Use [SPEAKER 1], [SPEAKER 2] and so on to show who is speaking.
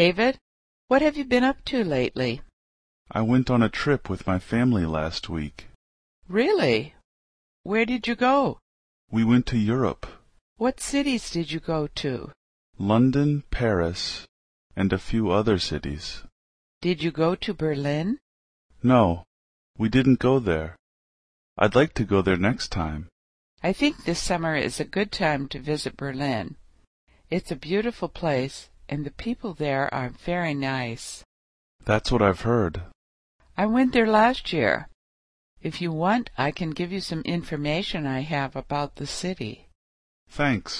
[SPEAKER 1] David, what have you been up to lately?
[SPEAKER 2] I went on a trip with my family last week.
[SPEAKER 1] Really? Where did you go?
[SPEAKER 2] We went to Europe,
[SPEAKER 1] What cities did you go to?
[SPEAKER 2] London, Paris, and a few other cities.
[SPEAKER 1] Did you go to Berlin?
[SPEAKER 2] No, we didn't go there. I'd like to go there next time.
[SPEAKER 1] I think this summer is a good time to visit Berlin. It's a beautiful place, and the people there are very nice.
[SPEAKER 2] That's what I've heard.
[SPEAKER 1] I went there last year. If you want, I can give you some information I have about the city.
[SPEAKER 2] Thanks.